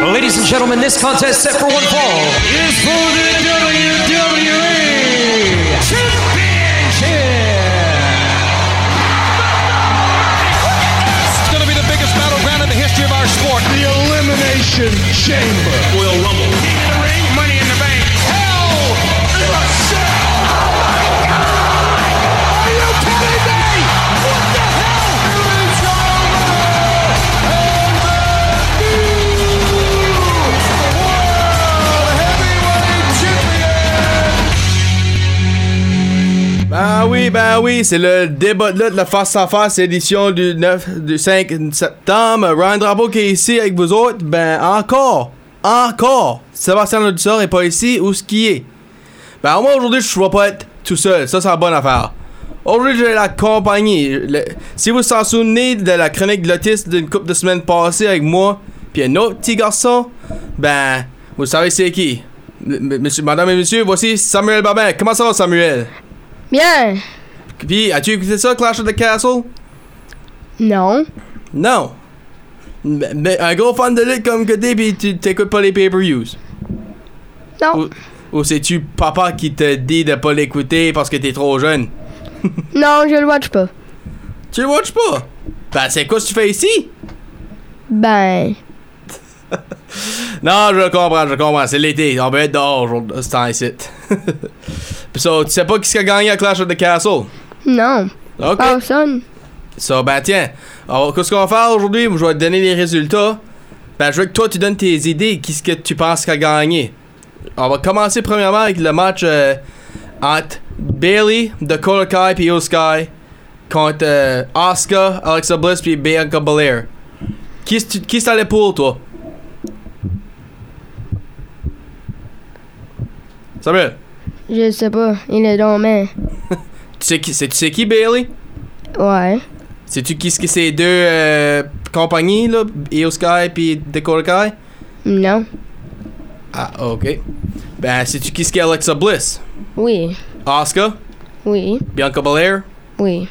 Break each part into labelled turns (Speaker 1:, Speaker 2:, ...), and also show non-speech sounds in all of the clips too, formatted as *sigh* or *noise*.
Speaker 1: Ladies and gentlemen, this contest set for one fall is for the WWE Championship.
Speaker 2: It's going to be the biggest battleground in the history of our sport.
Speaker 3: The Elimination Chamber.
Speaker 2: Royal Rumble. King of the Ring, Money in the Bank. Hell in a Cell. Are you kidding me? What the hell? It's over. And the new World Heavyweight Champion.
Speaker 4: Ben oui, ben oui, c'est le débat de lutte, le face à face, édition du 9, du 5 septembre. Ryan Drapeau qui est ici avec vous autres, ben encore, encore, Sébastien Lodissor est pas ici, où ce qui est? Ben moi aujourd'hui je ne vais pas être tout seul, ça c'est la bonne affaire. Aujourd'hui j'ai la compagnie, Le- si vous vous en souvenez de la chronique de l'autiste d'une couple de semaines passées avec moi, puis un autre petit garçon, ben vous savez c'est qui? M- m- monsieur, madame et monsieur, voici Samuel Babin. Comment ça va Samuel?
Speaker 5: Bien.
Speaker 4: Puis, as-tu écouté ça, Clash of the Castle?
Speaker 5: Non.
Speaker 4: Non. Mais, mais un gros fan de lutte comme que t'es, pis tu t'écoutes pas les pay-per-views.
Speaker 5: Non.
Speaker 4: Ou, ou c'est-tu papa qui te dit de pas l'écouter parce que t'es trop jeune?
Speaker 5: Non, je le watch pas.
Speaker 4: Tu le watches pas? Ben, c'est quoi ce que tu fais ici?
Speaker 5: Ben.
Speaker 4: Non, je comprends, je comprends. C'est l'été. On va être dehors aujourd'hui, ce temps-ci. *laughs* Pis so, tu sais pas qui c'est qui a gagné à Clash of the Castle?
Speaker 5: Non.
Speaker 4: Ok.
Speaker 5: Personne.
Speaker 4: Ça, ben tiens, alors qu'est-ce qu'on va faire aujourd'hui? Je vais te donner les résultats. Ben, je veux que toi, tu donnes tes idées. Qu'est-ce que tu penses qu'a gagné? On va commencer premièrement avec le match euh, entre Bailey de Colokai et Sky contre euh, Asuka, Alexa Bliss puis Bianca Belair. Qui est-ce que tu- qui est allait pour toi? Samuel,
Speaker 5: Je sais pas. Il est dans mais.
Speaker 4: tu sais qui, c'est- tu sais qui Bailey?
Speaker 5: Ouais.
Speaker 4: Sais-tu qui ce que ces deux euh, compagnies là, Io Sky puis Dakota Kai?
Speaker 5: Non.
Speaker 4: Ah, ok. Ben, sais-tu qui ce que Alexa Bliss?
Speaker 5: Oui.
Speaker 4: Asuka,
Speaker 5: Oui.
Speaker 4: Bianca Belair.
Speaker 5: Oui.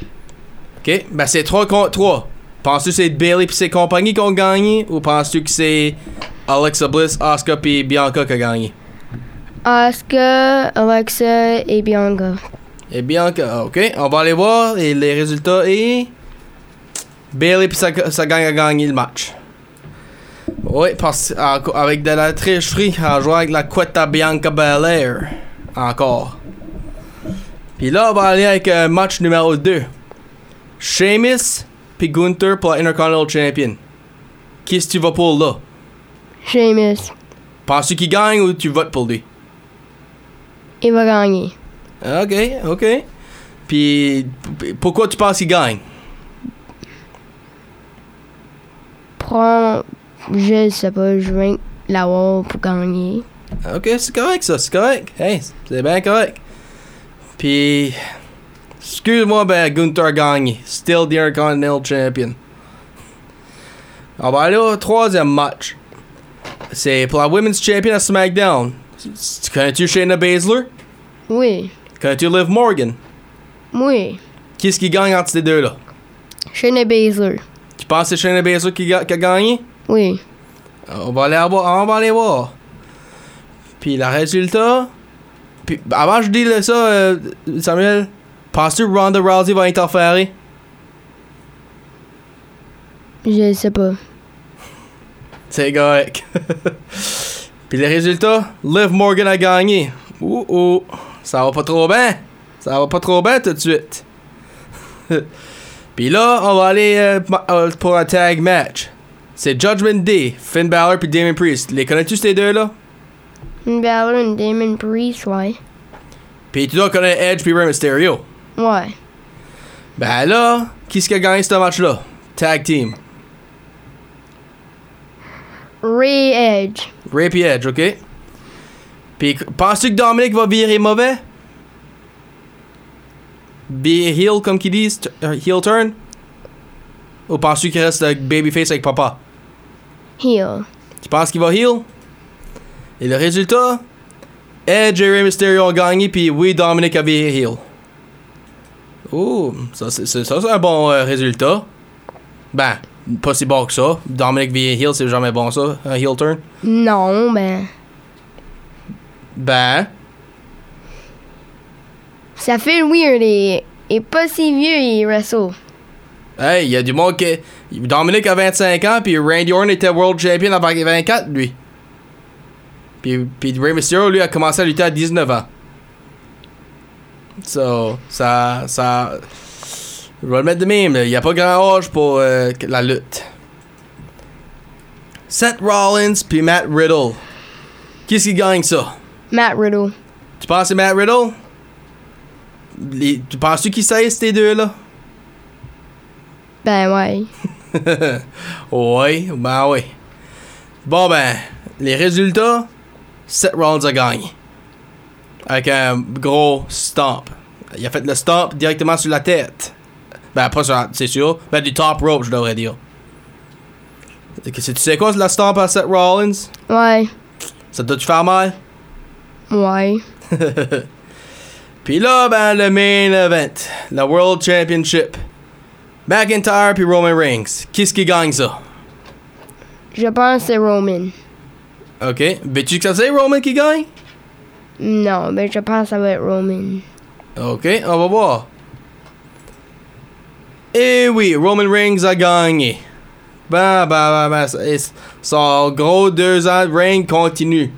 Speaker 4: Ok, ben c'est 3 contre 3. Penses-tu que c'est Bailey puis ses compagnies qui ont gagné ou penses-tu que c'est Alexa Bliss, Asuka puis Bianca qui a gagné?
Speaker 5: Oscar, Alexa et Bianca.
Speaker 4: Et Bianca, ah, ok. On va aller voir et les résultats et Bailey puis sa, sa gang a gagné le match. Oui, parce en- avec de la tricherie, en jouant avec la Quetta Bianca Belair. Encore. Puis là, on va aller avec euh, match numéro 2. Sheamus puis Gunther pour la Intercontinental Champion. Qui est-ce que tu vas pour là?
Speaker 5: Seamus.
Speaker 4: Penses-tu qu'il gagne ou tu votes pour lui?
Speaker 5: Il va gagner.
Speaker 4: Ok, ok. Puis p- pourquoi tu penses qu'il gagne?
Speaker 5: Prends. Je sais pas. Je vais l'avoir pour gagner.
Speaker 4: Ok, c'est correct ça, c'est correct. Hey, c'est bien correct. Puis, excuse-moi, ben Gunther a gagné. eh, Still the Intercontinental Champion. On va aller au troisième match. C'est pour la Women's Champion à SmackDown. Tu- Connais-tu Shayna Baszler?
Speaker 5: Oui.
Speaker 4: Connais-tu Liv Morgan?
Speaker 5: Oui.
Speaker 4: Qu'est-ce qui gagne entre ces deux-là?
Speaker 5: Shayna Baszler.
Speaker 4: Tu penses que c'est Shayna Baszler qui, ga- qui a gagné?
Speaker 5: Oui.
Speaker 4: On va aller voir. On va aller voir. Puis le résultat. Puis avant que je dis le- ça, euh, Samuel, penses-tu que Ronda Rousey va interférer?
Speaker 5: Je sais pas.
Speaker 4: C'est correct. *laughs* Puis le résultat, Liv Morgan a gagné. Ouh ouh, ça va pas trop bien. Ça va pas trop bien tout de suite. *laughs* Puis là, on va aller euh, ma- euh, pour un tag match. C'est Judgment Day, Finn Balor puis Damon Priest. Les connais-tu ces deux-là?
Speaker 5: Une Balor et Damon Priest, ouais.
Speaker 4: Puis tu dois connaître Edge puis Rey Mysterio.
Speaker 5: Ouais.
Speaker 4: Ben là, qui ce qui a gagné ce match-là? Tag team.
Speaker 5: Ray Edge.
Speaker 4: Ray et Edge, ok? Puis, penses-tu que Dominic va virer mauvais? Be a heel, comme qu'ils disent, t- euh, heel turn? Ou penses-tu qu'il reste avec babyface avec papa?
Speaker 5: Heel.
Speaker 4: Tu penses qu'il va heal? Et le résultat? Edge et Rey Mysterio ont gagné, puis oui, Dominic a viré heal. Oh, ça c'est ça, c'est un bon euh, résultat. Ben, pas si bon que ça. Dominic Vieira heel, c'est jamais bon ça, un heel turn.
Speaker 5: Non, ben.
Speaker 4: Ben,
Speaker 5: Ça fait weird et, et pas si vieux, il wrestle.
Speaker 4: hey, il y a du monde qui. Dominic a 25 ans, puis Randy Orton était world champion avant 24, lui. Puis, puis Rey Mysterio, lui, a commencé à lutter à 19 ans. So, ça. ça je vais le mettre de même, là. il n'y a pas grand âge pour euh, la lutte. Seth Rollins, puis Matt Riddle. Qu'est-ce qui gagne ça?
Speaker 5: Matt Riddle.
Speaker 4: Tu penses que c'est Matt Riddle? Les- tu penses-tu qu'ils saillent ces deux-là?
Speaker 5: Ben ouais.
Speaker 4: oui, ben oui. Bon ben, les résultats, Seth Rollins a gagné. Avec un gros stomp. Il a fait le stomp directement sur la tête. Ben pas sur la- c'est sûr, ben du top rope je devrais dire. Et que- Tu sais quoi la stomp à Seth Rollins?
Speaker 5: Ouais.
Speaker 4: Ça doit te faire mal?
Speaker 5: Ouais.
Speaker 4: Puis là, ben, le main event, la World Championship. McIntyre puis Roman Reigns. Qu'est-ce qui gagne ça?
Speaker 5: Je pense que c'est Roman.
Speaker 4: Ok. Veux-tu que ça c'est Roman qui gagne?
Speaker 5: Non, mais je pense que ça va être Roman.
Speaker 4: Ok, on va voir. Eh oui, Roman Reigns a gagné. Ben, ben, ben, ben, c'est- son gros deux ans de règne continue.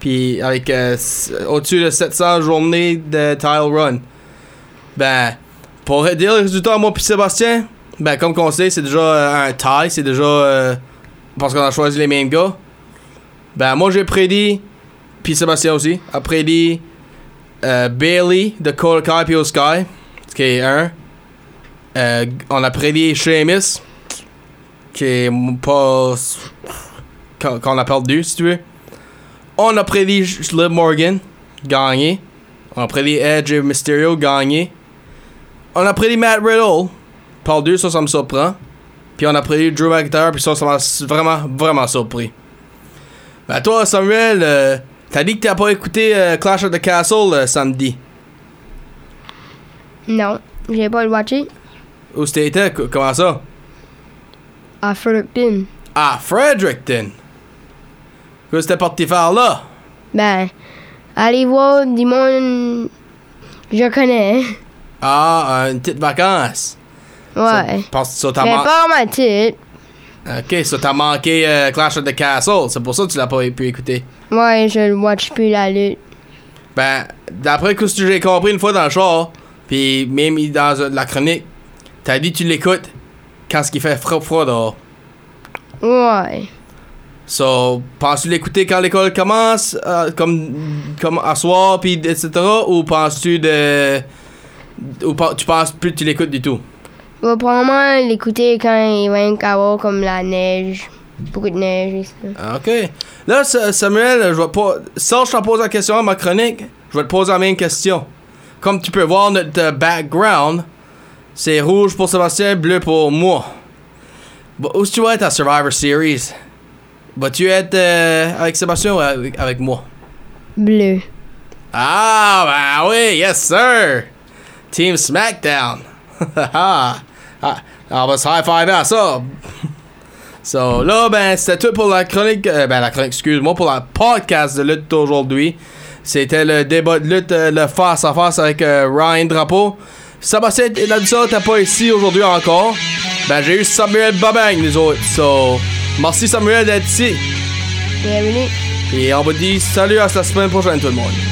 Speaker 4: Puis avec euh, s- au-dessus de 700 journées de tile run. Ben, pour dire le résultat, moi puis Sébastien, ben comme qu'on sait, c'est déjà euh, un tie, c'est déjà euh, parce qu'on a choisi les mêmes gars. Ben moi j'ai prédit, puis Sébastien aussi, a prédit euh, Bailey de Cole Kai Sky, qui est un. Euh, on a prédit Sheamus, qui est m- pas. qu'on qu'on a perdu, si tu veux. On a prédit Sh- Liv Morgan, gagné. On a prédit Edge et Mysterio, gagné. On a prédit Matt Riddle, perdu, ça, ça me surprend. Puis on a prédit Drew McIntyre, puis ça, ça m'a s- vraiment, vraiment surpris. Ben toi, Samuel, euh, t'as dit que t'as pas écouté euh, Clash of the Castle euh, samedi.
Speaker 5: Non, j'ai pas le watché.
Speaker 4: Où c'était? co- Comment ça?
Speaker 5: À Philippines.
Speaker 4: Ah, Fredericton! Qu'est-ce que c'était parti faire là?
Speaker 5: Ben, allez voir du monde. Je connais. hein.
Speaker 4: Ah, une petite vacance. Ça-
Speaker 5: Ouais.
Speaker 4: Parce que ça
Speaker 5: Mais
Speaker 4: t'a manqué.
Speaker 5: pas ma titre.
Speaker 4: Ok, ça t'a manqué euh, Clash of the Castle. C'est pour ça que tu l'as pas pu écouter.
Speaker 5: Ouais, je le watch plus la lutte.
Speaker 4: Ben, d'après ce que j'ai compris une fois dans le char, puis même dans euh, la chronique, t'as dit que tu l'écoutes quand ce qui fait froid, froid dehors.
Speaker 5: Ouais.
Speaker 4: So, penses-tu l'écouter quand l'école commence, euh, comme, comme à soir, puis etc., ou penses-tu de... Ou pen- tu penses plus que tu l'écoutes du tout?
Speaker 5: Je vais probablement l'écouter quand il va y avoir comme la neige. Beaucoup de neige et ça.
Speaker 4: Ah, Ok. Là, Sa- Samuel, je vais pas... Sans je te pose la question à ma chronique, je vais te poser la même question. Comme tu peux voir, notre euh, background, c'est rouge pour Sébastien, bleu pour moi. Bah, où est-ce que tu vas être à Survivor Series? Vas-tu être euh, avec Sébastien ou avec- avec moi?
Speaker 5: Bleu.
Speaker 4: Ah, ben oui, yes, sir! Team SmackDown! *laughs* ah, on va se high-five à ça! *laughs* So, là, ben, c'était tout pour la chronique. euh, ben, la chronique, excuse-moi, pour la podcast de lutte d'aujourd'hui. C'était le débat de lutte, euh, le face-à-face avec euh, Ryan Drapeau. Sébastien et Nadissa, t'es pas ici aujourd'hui encore. Ben, j'ai eu Samuel Babang, les autres. So, merci Samuel d'être ici.
Speaker 5: Bienvenue.
Speaker 4: Et on vous dit salut à la semaine prochaine, tout le monde.